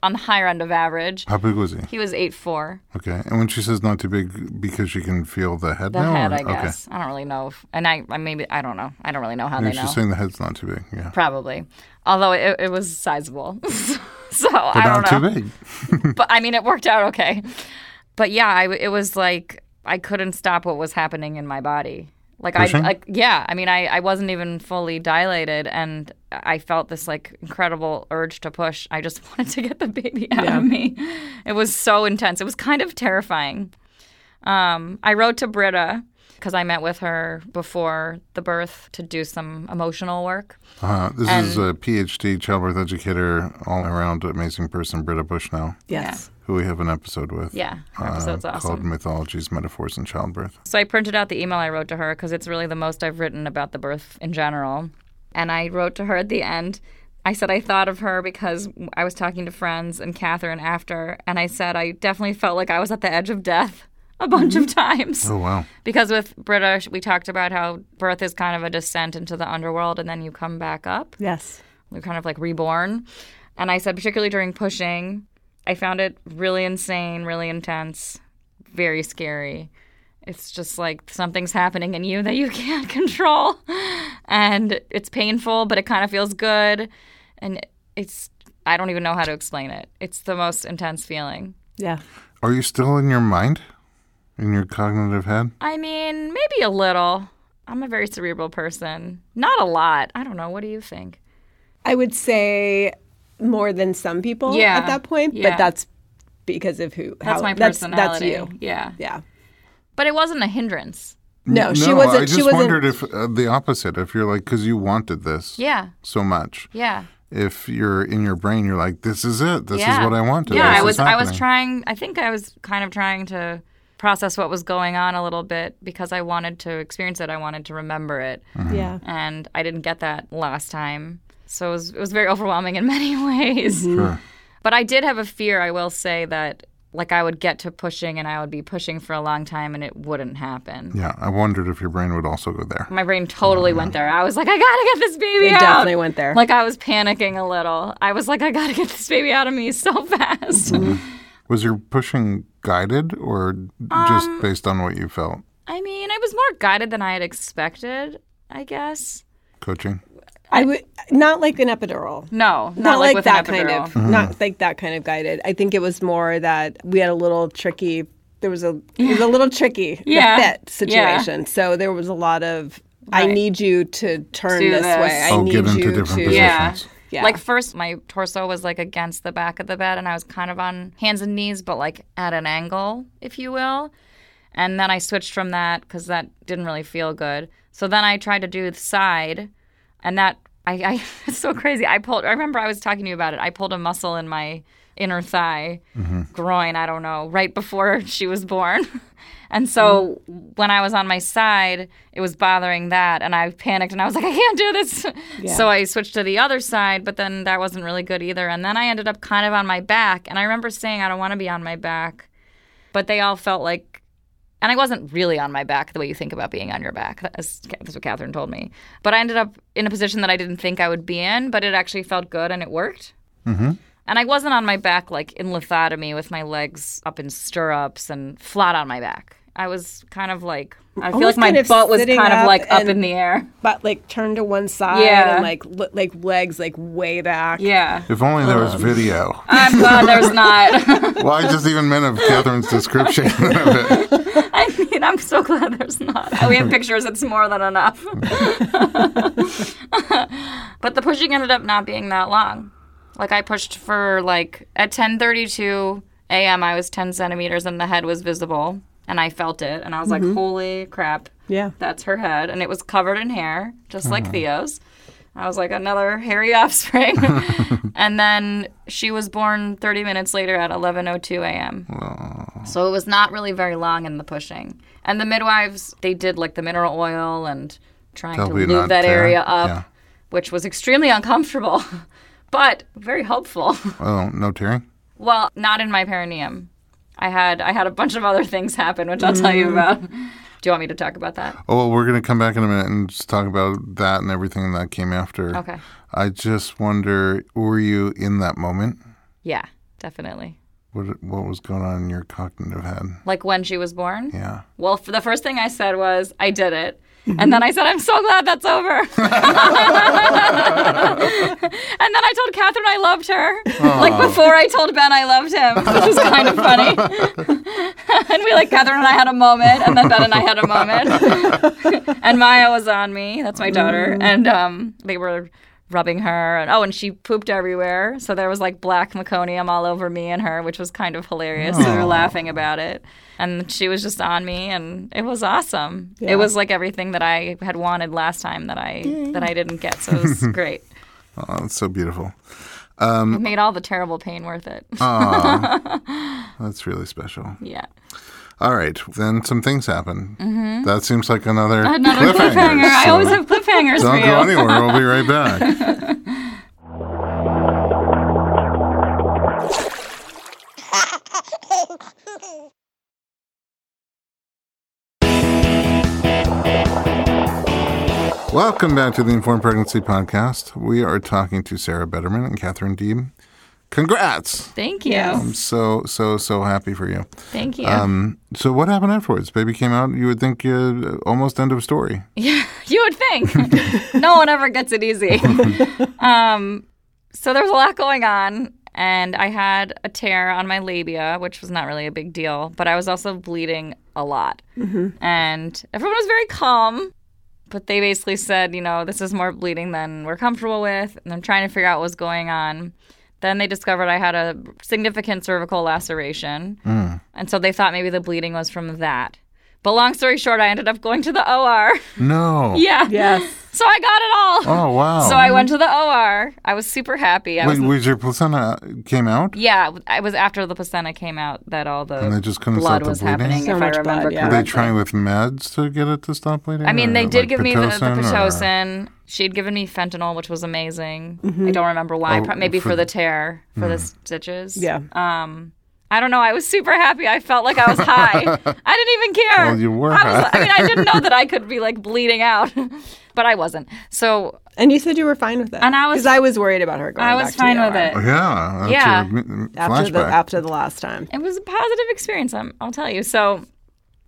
S3: on the higher end of average.
S1: How big was he?
S3: He was eight four.
S1: Okay. And when she says not too big because she can feel the head
S3: The
S1: now?
S3: head,
S1: or-
S3: I guess. I don't really know. If, and I, I maybe I don't know. I don't really know how
S1: Okay.
S3: they
S1: She's
S3: know.
S1: saying the head's not too big. Yeah.
S3: Probably, although it, it was sizable, so
S1: But
S3: I don't
S1: not
S3: know.
S1: too big.
S3: but I mean, it worked out okay. But yeah, I, it was like I couldn't stop what was happening in my body. Like I,
S1: Pushing?
S3: like yeah, I mean, I, I wasn't even fully dilated, and I felt this like incredible urge to push. I just wanted to get the baby out of me. It was so intense. It was kind of terrifying. Um, I wrote to Britta because I met with her before the birth to do some emotional work.
S1: Uh, this is a PhD childbirth educator, all around amazing person, Britta Bushnell,
S2: Yes.
S1: who we have an episode with.
S3: Yeah, her
S1: uh,
S3: episode's awesome.
S1: Called Mythologies, Metaphors, and Childbirth.
S3: So I printed out the email I wrote to her because it's really the most I've written about the birth in general. And I wrote to her at the end. I said I thought of her because I was talking to friends and Catherine after, and I said I definitely felt like I was at the edge of death a bunch of times.
S1: Oh, wow.
S3: Because with Britta, sh- we talked about how birth is kind of a descent into the underworld, and then you come back up
S2: Yes.
S3: we are kind of like reborn. And I said, particularly during pushing, I found it really insane, really intense, very scary. It's just like something's happening in you that you can't control. And it's painful, but it kind of feels good. And it's, I don't even know how to explain it. It's the most intense feeling.
S2: Yeah.
S1: Are you still in your mind? In your cognitive head?
S3: I mean, maybe a little. I'm a very cerebral person. Not a lot. I don't know. What do you think?
S2: I would say more than some people
S3: Yeah.
S2: at that point,
S3: Yeah.
S2: but that's because of who.
S3: That's
S2: how-
S3: my
S2: That's, that's
S3: personality.
S2: you.
S3: Yeah.
S2: Yeah.
S3: But it wasn't a hindrance. Oh,
S2: No, she
S1: no,
S2: wasn't.
S1: I just
S2: she wasn't.
S1: wondered if uh, the opposite, if you're like, because you wanted this
S3: Yeah.
S1: so much.
S3: Yeah.
S1: If you're in your brain, you're like, this is it. This
S3: Yeah.
S1: is what I wanted.
S3: Yeah,
S1: This
S3: I
S1: is
S3: was I was
S1: happening."
S3: trying I think I was kind of trying to process what was going on a little bit because I wanted to experience it, I wanted to remember it.
S2: yeah.
S3: And I didn't get that last time. So it was it was very overwhelming in many ways.
S1: Sure.
S3: But I did have a fear, I will say that like I would get to pushing and I would be pushing for a long time and it wouldn't happen.
S1: Yeah, Oh, I wondered if your brain would also go there.
S3: My brain totally went there. I was like, I gotta get this baby
S2: It
S3: out.
S2: definitely went there.
S3: Like I was panicking a little. I was like, I gotta get this baby out of me so fast.
S1: Mm-hmm. Was your pushing guided or just
S2: Um,
S1: based on what you felt?
S3: I mean, I was more guided than I had expected, I guess.
S1: Coaching?
S2: I would not like an epidural.
S3: No, not,
S2: Not, like,
S3: with
S2: that
S3: an
S2: kind of.
S3: epidural.
S1: Mm-hmm.
S2: Not like that kind of guided. I think it was more that we had a little tricky. There was a it was a little tricky the
S3: Yeah.
S2: fit
S3: Yeah.
S2: situation. So there was a lot of I
S3: Right.
S2: need you to turn
S3: Do
S2: this,
S3: this.
S2: way. I
S1: oh,
S2: need
S1: get into
S2: you
S1: different
S2: to
S1: positions.
S3: Yeah.
S2: Yeah.
S3: Like first my torso was like against the back of the bed and I was kind of on hands and knees but like at an angle, if you will. And then I switched from that cuz that didn't really feel good. So then I tried to do the side, and that I, I it's so crazy. I pulled. I remember I was talking to you about it. I pulled a muscle in my inner thigh, groin. I don't know. Right before she was born, and so when I was on my side, it was bothering that, and I panicked and I was like, I can't do this. So I switched to the other side, but then that wasn't really good either. And then I ended up kind of on my back, and I remember saying, I don't want to be on my back, but they all felt like and I wasn't really on my back the way you think about being on your back. That's, that's what Catherine told me. But I ended up in a position that I didn't think I would be in, but it actually felt good and it worked. And I wasn't on my back like in lithotomy with my legs up in stirrups and flat on my back. I was kind of like I feel like
S2: Almost
S3: my
S2: kind of
S3: butt was
S2: sitting
S3: kind of
S2: up
S3: like up
S2: and-
S3: in the air.
S2: But like turned to one side
S3: Yeah.
S2: and like l- like legs like way back.
S3: Yeah.
S1: If only there
S2: Um,
S1: was video.
S3: I'm glad there's not.
S1: Well, I just even meant of Catherine's description of it.
S3: I mean, I'm so glad there's not. Oh, We have pictures, it's more than enough. but the pushing ended up not being that long. Like I pushed for like at 10:32 a.m. I was 10 centimeters and the head was visible and I felt it and I was like, "Holy crap,
S2: Yeah.
S3: that's her head." And it was covered in hair, just
S1: Uh-huh.
S3: like Theo's. I was like, "Another hairy offspring." and then she was born 30 minutes later at 11:02 a.m. So it was not really very long in the pushing. And the midwives, they did like the mineral oil and trying
S1: They'll
S3: to
S1: be
S3: lube
S1: not
S3: that
S1: there.
S3: area up,
S1: Yeah.
S3: which was extremely uncomfortable, but very helpful.
S1: Oh, no tearing?
S3: well, not in my perineum. I had I had a bunch of other things happen, which I'll tell
S1: Mm.
S3: you about. Do you want me to talk about that?
S1: Oh, well, we're going to come back in a minute and just talk about that and everything that came after.
S3: Okay.
S1: I just wonder, were you in that moment?
S3: Yeah, definitely.
S1: What, what was going on in your cognitive head?
S3: Like when she was born?
S1: Yeah.
S3: Well, f the first thing I said was, I did it. And then I said, I'm so glad that's over. and then I told Catherine I loved her. Like before I told Ben I loved him, which was kind of funny. and we, like, Catherine and I had a moment, and then Ben and I had a moment. and Maya was on me. That's my daughter.
S1: Mm.
S3: And um, they were rubbing her. And oh, and she pooped everywhere. So there was like black meconium all over me and her, which was kind of hilarious. So we were laughing about it. And she was just on me, and it was awesome. It was like everything that I had wanted last time that I that I didn't get. So it was great.
S1: Oh, that's so beautiful. Um,
S3: It made all the terrible pain worth it.
S1: uh, That's really special.
S3: yeah.
S1: All right. Then some things happened. Mm-hmm. That seems like another,
S3: Another cliffhanger. I
S1: so
S3: always have cliffhangers for
S1: Don't
S3: you.
S1: go anywhere. We'll be right back. Welcome back to the Informed Pregnancy Podcast. We are talking to Sarah Betterman and Catherine Deeb. Congrats!
S3: Thank you.
S1: I'm so, so, so happy for you.
S3: Thank you.
S1: Um, so, what happened afterwards? Baby came out. You would think uh, almost end of story.
S3: Yeah, you would think. no one ever gets it easy. um, so there was a lot going on, and I had a tear on my labia, which was not really a big deal, but I was also bleeding a lot. And everyone was very calm, but they basically said, you know, this is more bleeding than we're comfortable with, and I'm trying to figure out what's going on. Then they discovered I had a significant cervical laceration. And so they thought maybe the bleeding was from that. But long story short, I ended up going to the OR.
S1: No.
S3: Yeah.
S2: Yes.
S3: So I got it all.
S1: Oh wow.
S3: So I went to the OR. I was super happy. I
S1: Wait,
S3: was,
S1: was your placenta came out?
S3: yeah, I was after the placenta came out that all
S1: And they
S3: the
S1: just couldn't stop
S3: blood
S1: the
S3: was
S1: bleeding.
S3: happening.
S2: So
S3: if I
S2: much blood,
S3: remember
S2: yeah.
S1: Were
S3: correctly.
S1: they trying with meds to get it to stop bleeding?
S3: I mean,
S1: or,
S3: they did
S1: like,
S3: give me the, the
S1: Pitocin or-
S3: pitocin. She had given me fentanyl, which was amazing.
S2: Mm-hmm.
S3: I don't remember why.
S1: Oh,
S3: Pro- maybe for,
S1: for- Hmm.
S3: the tear, for the stitches.
S2: Yeah.
S3: Um, I don't know. I was super happy. I felt like I was high. I didn't even care.
S1: Well, you were
S3: I, was, I
S1: high.
S3: mean, I didn't know that I could be like bleeding out, but I wasn't. So
S2: And you said you were fine with it.
S3: And I was-
S2: because I was worried about her going.
S3: I
S2: back
S3: was fine
S2: to the
S3: with
S2: OR
S1: Oh,
S3: it.
S1: Yeah. That's
S3: Yeah.
S1: A, m-
S2: after the
S1: flashback.
S2: after the last time.
S3: it was a positive experience. I'm, I'll tell you. So,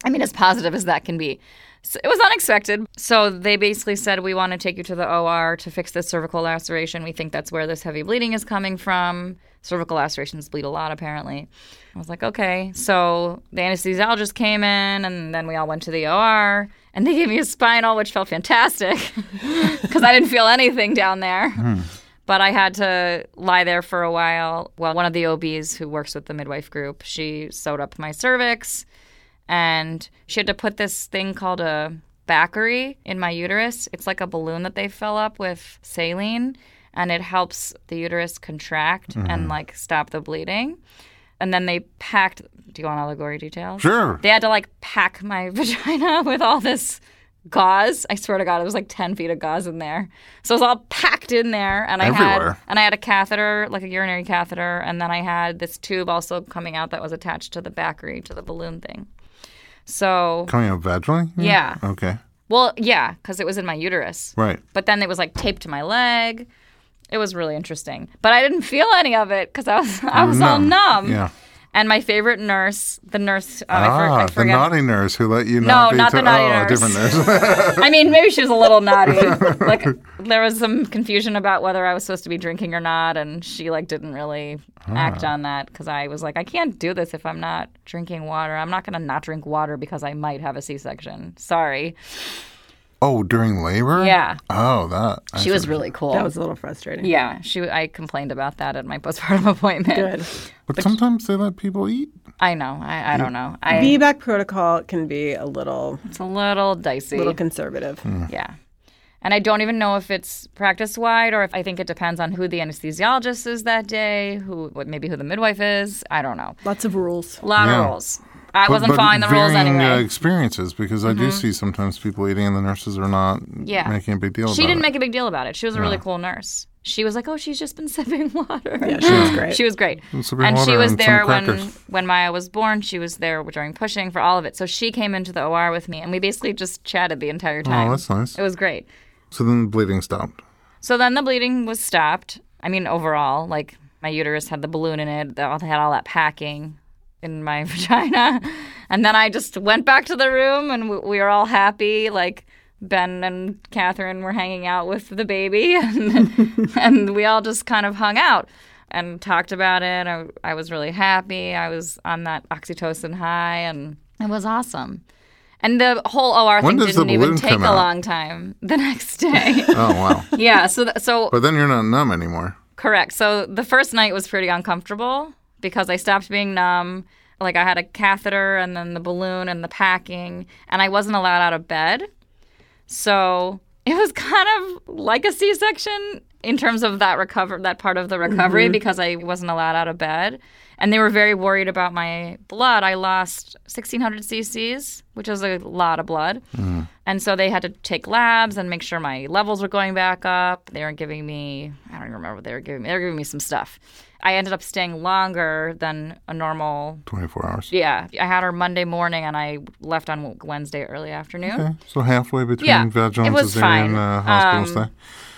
S3: I mean, as positive as that can be, so it was unexpected. So they basically said, "We want to take you to the OR to fix this cervical laceration. We think that's where this heavy bleeding is coming from. Cervical lacerations bleed a lot, apparently." I was like, "Okay." So the anesthesiologist came in, and then we all went to the OR, and they gave me a spinal, which felt fantastic because I didn't feel anything down there. But I had to lie there for a while. Well, one of the OBs who works with the midwife group, she sewed up my cervix and she had to put this thing called a bacary in my uterus. It's like a balloon that they fill up with saline and it helps the uterus contract and like stop the bleeding. And then they packed. Do you want allegory details?
S1: Sure.
S3: They had to like pack my vagina with all this gauze. I swear to God, it was like ten feet of gauze in there. So it was all packed in there, and I
S1: Everywhere.
S3: had and I had a catheter, like a urinary catheter, and then I had this tube also coming out that was attached to the backery to the balloon thing. So
S1: Coming out vaginally?
S3: yeah,
S1: Okay.
S3: well, yeah, because it was in my uterus,
S1: Right.
S3: but then it was like taped to my leg. It was really interesting, but I didn't feel any of it because I was I was all numb.
S1: Oh, Yeah.
S3: And my favorite nurse, the nurse, uh, I, for,
S1: Ah,
S3: I
S1: the
S3: forget.
S1: naughty nurse who let you
S3: no,
S1: not be
S3: not
S1: to-
S3: the naughty
S1: oh, a
S3: nurse.
S1: different nurse.
S3: I mean, maybe she was a little naughty. like there was some confusion about whether I was supposed to be drinking or not, and she like didn't really act on that because I was like, I can't do this if I'm not drinking water. I'm not gonna not drink water because I might have a C-section. Sorry.
S1: oh, during labor?
S3: Yeah,
S1: Oh, that. I
S3: she was
S1: see.
S3: really cool.
S2: That was a little frustrating.
S3: yeah, she. I complained about that at my postpartum appointment.
S2: Good.
S1: But sometimes they let people eat.
S3: I know. I, I don't know. I,
S2: VBAC protocol can be a little,
S3: it's a little dicey.
S2: little conservative.
S3: Yeah. And I don't even know if it's practice wide or if I think it depends on who the anesthesiologist is that day, who what maybe who the midwife is. I don't know.
S2: Lots of rules.
S3: A lot
S1: Yeah.
S3: of rules. I
S1: But-
S3: wasn't
S1: but
S3: following the rules
S1: varying, uh,
S3: anyway. Mm-hmm.
S1: experiences because I do see sometimes people eating and the nurses are not
S3: Yeah.
S1: making a big deal
S3: she
S1: about
S3: didn't
S1: it.
S3: make a big deal about it. She was a really cool nurse. She was like, "Oh, she's just been sipping water."
S2: Yeah, she was great.
S3: She was great.
S1: sipping
S3: and she
S1: water
S3: was
S1: and some
S3: there when
S1: crackers.
S3: when Maya was born. She was there during pushing for all of it. So she came into the OR with me and we basically just chatted the entire time.
S1: oh, that's nice.
S3: It was great.
S1: So then the bleeding stopped.
S3: So then the bleeding was stopped. I mean, overall, like my uterus had the balloon in it, they all had all that packing in my vagina. And then I just went back to the room and we, we were all happy. Like Ben and Catherine were hanging out with the baby and, and we all just kind of hung out and talked about it. I, I was really happy. I was on that oxytocin high and it was awesome. And the whole OR
S1: When
S3: thing
S1: does the
S3: didn't even
S1: balloon
S3: take a
S1: come out?
S3: long time the next day.
S1: Oh, wow.
S3: yeah, so th- so
S1: but then you're not numb anymore.
S3: Correct. So the first night was pretty uncomfortable because I stopped being numb. Like I had a catheter and then the balloon and the packing, and I wasn't allowed out of bed. So it was kind of like a C-section in terms of that recover that part of the recovery because I wasn't allowed out of bed, and they were very worried about my blood. I lost 1,600 cc's, which is a lot of blood, and so they had to take labs and make sure my levels were going back up. They were giving me I don't even remember what they were giving me. They were giving me some stuff. I ended up staying longer than a normal.
S1: 24 hours.
S3: Yeah, I had her Monday morning, and I left on Wednesday early afternoon.
S1: Okay. So halfway between
S3: Yeah,
S1: vaginal
S3: it
S1: and
S3: was
S1: cesarean
S3: fine. um,
S1: uh, hospital stay.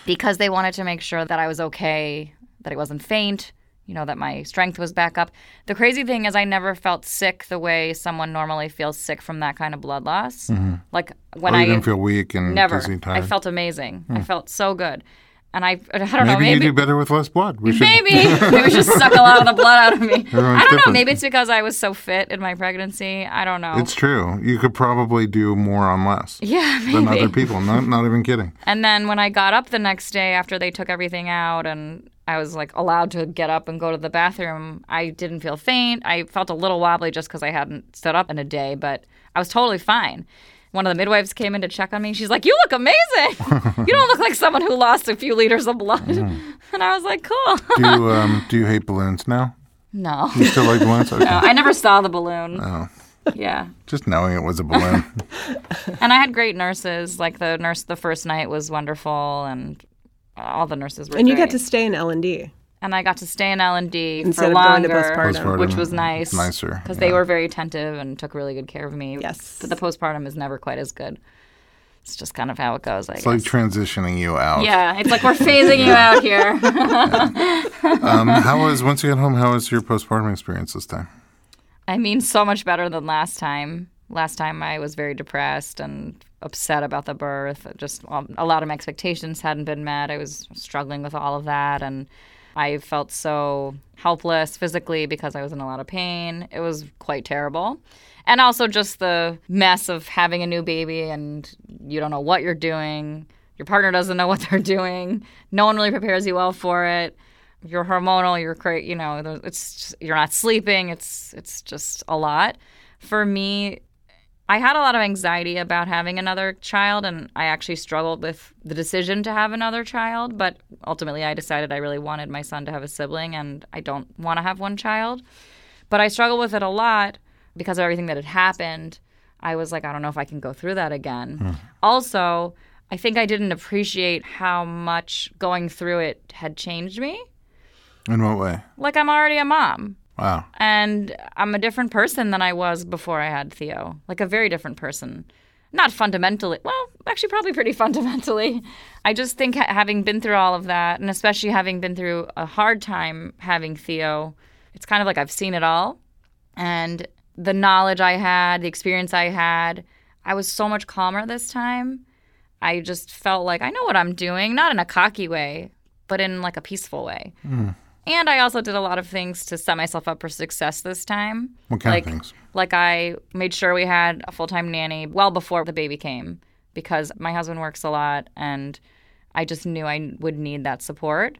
S3: because they wanted to make sure that I was okay, that I wasn't faint, you know, that my strength was back up. The crazy thing is, I never felt sick the way someone normally feels sick from that kind of blood loss. Like when
S1: Or
S3: I
S1: Oh, you didn't feel weak and
S3: never,
S1: dizzy, tired.
S3: I felt amazing. I felt so good, and I I don't know
S1: Hmm. maybe, you
S3: maybe.
S1: do better with less blood. We should.
S3: Maybe maybe just suck a lot of the blood out of me. I don't know.
S1: different.
S3: Maybe it's because I was so fit in my pregnancy. I don't know.
S1: It's true. You could probably do more on less
S3: yeah, maybe.
S1: than other people. Not, not even kidding.
S3: And then when I got up the next day after they took everything out and I was like allowed to get up and go to the bathroom, I didn't feel faint. I felt a little wobbly just because I hadn't stood up in a day, but I was totally fine. One of the midwives came in to check on me. She's like, You look amazing. you don't look like someone who lost a few liters of blood. And I was like, Cool.
S1: Do you, um, do you hate balloons now?
S3: no.
S1: You still like balloons? Okay.
S3: I never saw the balloon. Yeah.
S1: Just knowing it was a balloon.
S3: And I had great nurses. Like the nurse the first night was wonderful and all the nurses were
S2: And you
S3: great.
S2: got to stay in L&D.
S3: and I got to stay in L and D for
S2: Instead of going
S3: longer,
S2: to postpartum.
S3: which was
S1: Postpartum,
S3: nice,
S1: it's nicer,
S3: because they were very attentive and took really good care of me.
S2: Yes.
S3: but the postpartum is never quite as good. It's just kind of how it goes, I
S1: It's
S3: guess.
S1: like transitioning you out.
S3: yeah, it's like we're phasing you out here.
S1: Um, how was once you got home? How was your postpartum experience this time?
S3: I mean, so much better than last time. Last time I was very depressed and upset about the birth. Just um, a lot of my expectations hadn't been met. I was struggling with all of that. And I felt so helpless physically because I was in a lot of pain. It was quite terrible. And also just the mess of having a new baby and you don't know what you're doing. Your partner doesn't know what they're doing. No one really prepares you well for it you're hormonal, you're cra- you know, there's- it's just, you're not sleeping. It's it's just a lot. For me, I had a lot of anxiety about having another child, and I actually struggled with the decision to have another child. But ultimately, I decided I really wanted my son to have a sibling, and I don't want to have one child. But I struggled with it a lot because of everything that had happened. I was like, I don't know if I can go through that again. Also, I think I didn't appreciate how much going through it had changed me.
S1: In what way?
S3: Like, I'm already a mom
S1: Wow.
S3: and I'm a different person than I was before I had Theo. Like a very different person. Not fundamentally. Well, actually, probably pretty fundamentally. I just think ha- having been through all of that, and especially having been through a hard time having Theo, it's kind of like I've seen it all. And the knowledge I had, the experience I had, I was so much calmer this time. I just felt like I know what I'm doing, not in a cocky way, but in like a peaceful way.
S1: Hmm.
S3: And I also did a lot of things to set myself up for success this time.
S1: What kind
S3: like,
S1: of things?
S3: Like I made sure we had a full time nanny well before the baby came because my husband works a lot and I just knew I would need that support.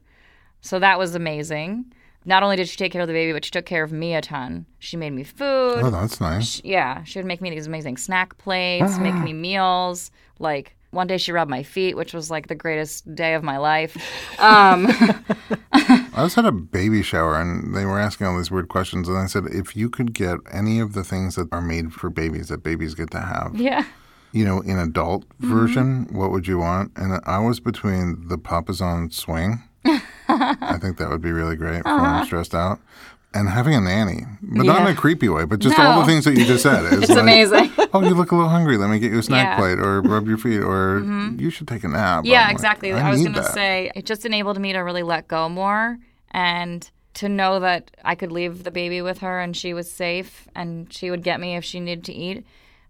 S3: So that was amazing. Not only did she take care of the baby, but she took care of me a ton. She made me food.
S1: Oh, that's nice.
S3: She- yeah, she would make me these amazing snack plates, make me meals. Like one day she rubbed my feet, which was like the greatest day of my life.
S1: I just had a baby shower and they were asking all these weird questions. And I said, if you could get any of the things that are made for babies that babies get to have,
S3: Yeah.
S1: you know, in adult
S3: Mm-hmm.
S1: version, what would you want? And I was between the Papa's on swing. I think that would be really great for when I'm stressed out. And having a nanny, but not in
S3: Uh-huh. Yeah.
S1: a creepy way, but just all the
S3: No.
S1: things that you just said. It's, like,
S3: Amazing.
S1: oh, you look a little hungry. Let me get you a snack
S3: Yeah. Mm-hmm.
S1: plate or rub your feet or you should take a nap. I'm
S3: Yeah,
S1: like,
S3: exactly. I, was
S1: need
S3: going to
S1: that.
S3: say it just enabled me to really let go more and to know that I could leave the baby with her and she was safe and she would get me if she needed to eat.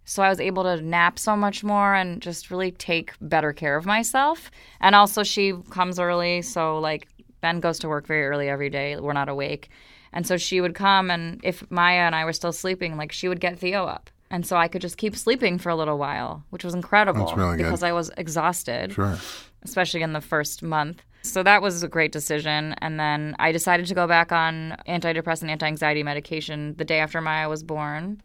S3: So I was able to nap so much more and just really take better care of myself. And also she comes early, so like Ben goes to work very early every day. We're not awake. And so she would come and if Maya and I were still sleeping, like she would get Theo up. And so I could just keep sleeping for a little while, which was incredible
S1: really good.
S3: because I was exhausted
S1: Sure.
S3: especially in the first month. So that was a great decision. And then I decided to go back on antidepressant, anti anxiety medication the day after Maya was born.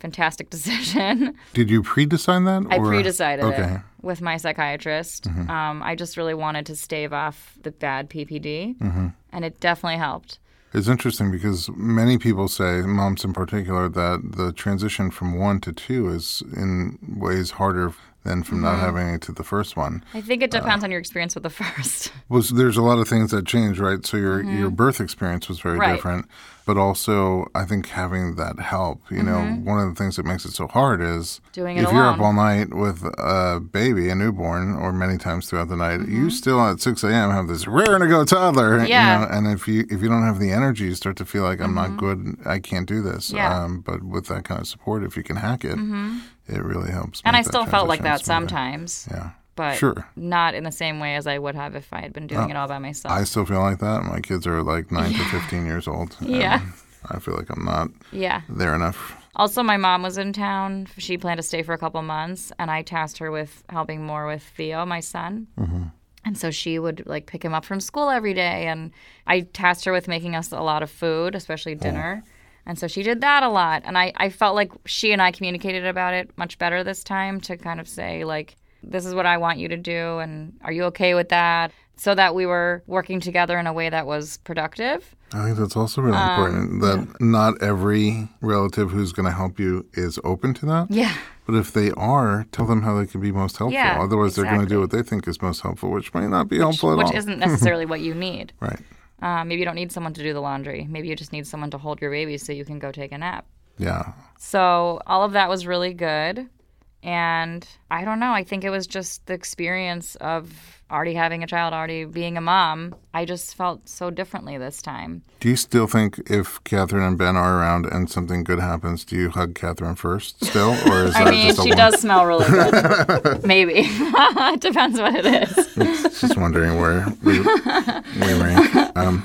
S3: Fantastic decision.
S1: Did you pre decide that?
S3: I
S1: or-
S3: pre decided
S1: Okay. Mm-hmm.
S3: it with my psychiatrist. Um, I just really wanted to stave off the bad PPD,
S1: Mm-hmm.
S3: and it definitely helped.
S1: It's interesting because many people say, moms in particular, that the transition from one to two is in ways harder than from
S3: Mm-hmm.
S1: not having it to the first one.
S3: I think
S1: Uh,
S3: it depends on your experience with the first.
S1: Was there's a lot of things that change, right? So your your birth experience was very
S3: Mm-hmm. Right.
S1: different, but also I think having that help. You know, one of the things that makes it so hard is
S3: Mm-hmm. Doing it
S1: if you're up
S3: alone.
S1: all night with a baby, a newborn, or many times throughout the night, you still at six a.m. have this raring to go toddler. you
S3: Mm-hmm. Yeah. Mm-hmm.
S1: know, and if you if you don't have the energy, you start to feel like I'm not good. I can't do this.
S3: Yeah. Mm-hmm.
S1: Um, but with that kind of support, if you can hack it, it really helps.
S3: And
S1: make
S3: I
S1: that
S3: still felt like that
S1: transition smoother.
S3: sometimes,
S1: Yeah.
S3: but
S1: Sure. Uh,
S3: not in the same way as I would have if I had been doing it all by myself.
S1: I still feel like that. My kids are like nine to fifteen years old. and
S3: Yeah.
S1: I feel like I'm not
S3: yeah.
S1: there enough.
S3: Also, my mom was in town. She planned to stay for a couple months, and I tasked her with helping more with Theo, my son. And so she would like pick him up from school every day, and I tasked her with making us a lot of food, especially dinner. And so she did that a lot, and I, I felt like she and I communicated about it much better this time to kind of say like, this is what I want you to do, and are you okay with that? So that we were working together in a way that was productive.
S1: I think that's also really
S3: Um,
S1: important that not every relative who's going to help you is open to that.
S3: Yeah.
S1: But if they are, tell them how they can be most helpful.
S3: Yeah,
S1: Otherwise, they're going to do
S3: exactly.
S1: what they think is most helpful, which may not be helpful at
S3: Which
S1: all.
S3: isn't necessarily what you need.
S1: right.
S3: Uh, maybe you don't need someone to do the laundry. Maybe you just need someone to hold your baby so you can go take a nap.
S1: Yeah.
S3: So all of that was really good. And I don't know. I think it was just the experience of already having a child, already being a mom. I just felt so differently this time.
S1: Do you still think if Catherine and Ben are around and something good happens, do you hug Catherine first still, or is that
S3: I mean,
S1: just a
S3: she
S1: one?
S3: does smell really good. Maybe. it depends what it is.
S1: Just wondering where we, we rank. Um,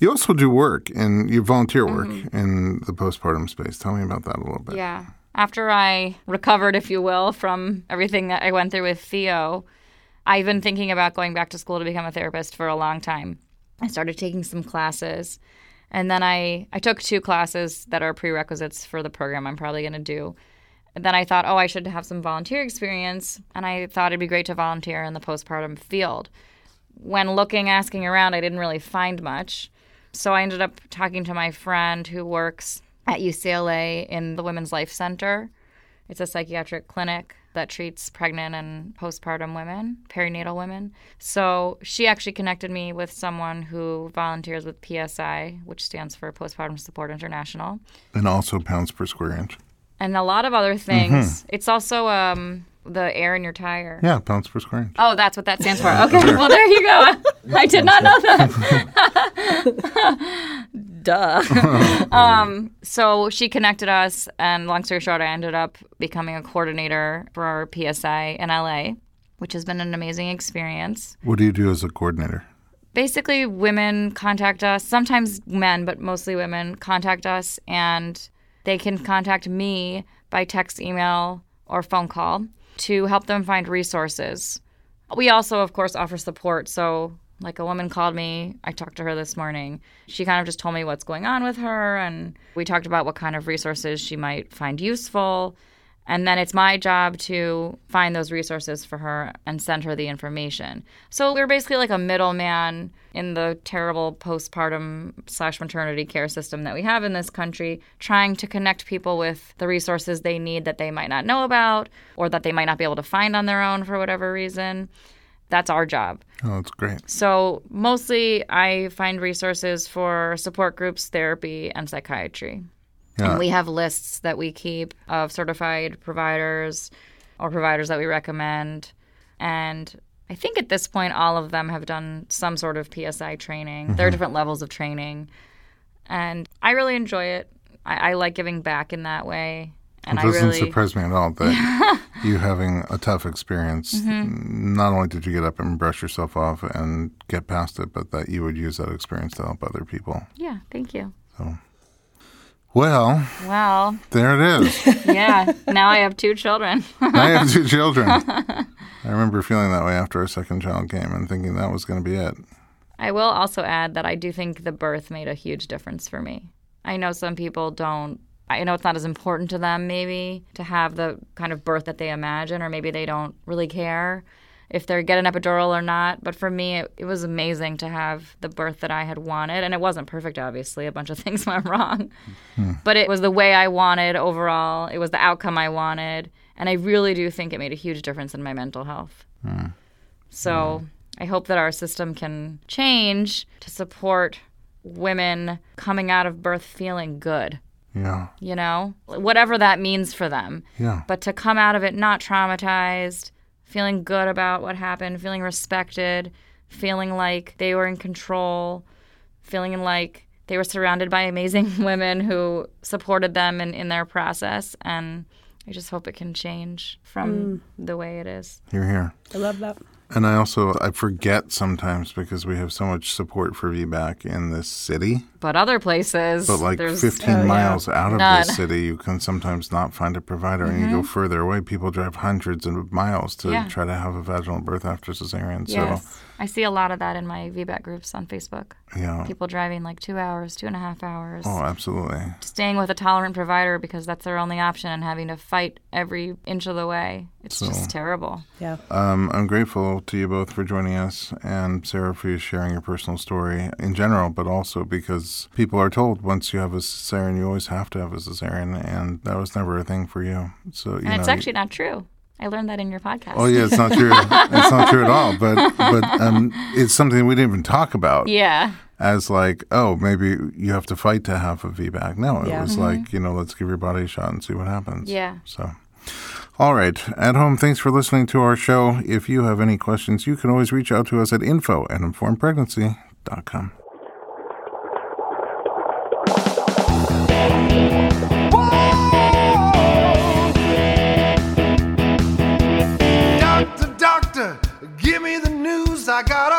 S1: you also do work and you volunteer work in the postpartum space. Tell me about that a little bit.
S3: Mm-hmm. Yeah. After I recovered, if you will, from everything that I went through with Theo, I've been thinking about going back to school to become a therapist for a long time. I started taking some classes, and then I, I took two classes that are prerequisites for the program I'm probably going to do. And then I thought, oh, I should have some volunteer experience. And I thought it'd be great to volunteer in the postpartum field. When looking, asking around, I didn't really find much. So I ended up talking to my friend who works at UCLA in the Women's Life Center. It's a psychiatric clinic that treats pregnant and postpartum women, perinatal women. So she actually connected me with someone who volunteers with PSI, which stands for Postpartum Support International,
S1: and also pounds per square inch.
S3: and a lot of other things. It's also um, the air in your tire.
S1: Yeah, pounds per square inch.
S3: Oh, that's what that stands for. Okay, well, there you go. I did not know that. Duh. um, so she connected us, and long story short, I ended up becoming a coordinator for our PSI in LA, which has been an amazing experience.
S1: What do you do as a coordinator?
S3: Basically, women contact us, sometimes men, but mostly women contact us, and they can contact me by text, email, or phone call to help them find resources. We also, of course, offer support. So, like a woman called me, I talked to her this morning. She kind of just told me what's going on with her, and we talked about what kind of resources she might find useful. And then it's my job to find those resources for her and send her the information. So we're basically like a middleman in the terrible postpartum slash maternity care system that we have in this country, trying to connect people with the resources they need that they might not know about or that they might not be able to find on their own for whatever reason. That's our job.
S1: Oh, that's great.
S3: So mostly I find resources for support groups, therapy, and psychiatry.
S1: Yeah.
S3: And we have lists that we keep of certified providers or providers that we recommend. And I think at this point, all of them have done some sort of PSI training. There
S1: Mm-hmm.
S3: are different levels of training. And I really enjoy it. I, I like giving back in that way. And
S1: It
S3: I
S1: doesn't
S3: really.
S1: surprise me at all that you having a tough experience.
S3: Mm-hmm.
S1: Not only did you get up and brush yourself off and get past it, but that you would use that experience to help other people.
S3: yeah, thank you.
S1: Well,
S3: Well,
S1: there it is.
S3: yeah, now I have two children.
S1: I have two children. I remember feeling that way after our second child came and thinking that was going to be it.
S3: I will also add that I do think the birth made a huge difference for me. I know some people don't. I know it's not as important to them, maybe, to have the kind of birth that they imagine, or maybe they don't really care if they're getting epidural or not. But for me, it, it was amazing to have the birth that I had wanted. And it wasn't perfect, obviously. A bunch of things went wrong. But it was the way I wanted overall, it was the outcome I wanted. And I really do think it made a huge difference in my mental health. So I hope that our system can change to support women coming out of birth feeling good,
S1: Yeah.
S3: you know, whatever that means for them.
S1: Yeah.
S3: But to come out of it not traumatized, feeling good about what happened, feeling respected, feeling like they were in control, feeling like they were surrounded by amazing women who supported them in, in their process. And I just hope it can change from the way it is.
S1: You're here.
S2: I love that.
S1: And I also I forget sometimes because we have so much support for VBAC in this city.
S3: But other places,
S1: But like
S3: there's oh,
S1: 15 miles out of
S3: None. Mm-hmm.
S1: the city, you can sometimes not find a provider, and you go further away. People drive hundreds of miles to
S3: Yeah.
S1: try to have a vaginal birth after cesarean. So
S3: Yes. I see a lot of that in my VBAC groups on Facebook.
S1: yeah,
S3: People driving like two hours, two and a half hours,
S1: oh, absolutely.
S3: staying with a tolerant provider because that's their only option and having to fight every inch of the way. It's just terrible.
S2: Yeah.
S1: Um, I'm grateful to you both for joining us and Sarah for you sharing your personal story in general, but also because people are told once you have a cesarean, you always have to have a cesarean, and that was never a thing for you. So you
S3: And
S1: know,
S3: it's
S1: you-
S3: actually not true. I learned that in your podcast.
S1: Oh yeah, it's not true. it's not true at all. But but um, it's something we didn't even talk about.
S3: Yeah.
S1: as like, oh, maybe you have to fight to have a VBAC. No, it
S2: Yeah.
S1: was like, you know, let's give your body a shot and see what happens.
S3: Mm-hmm. Yeah.
S1: So, all right. At home, thanks for listening to our show. If you have any questions, you can always reach out to us at info at informedpregnancy.com.
S4: Doctor, doctor, give me the news. I got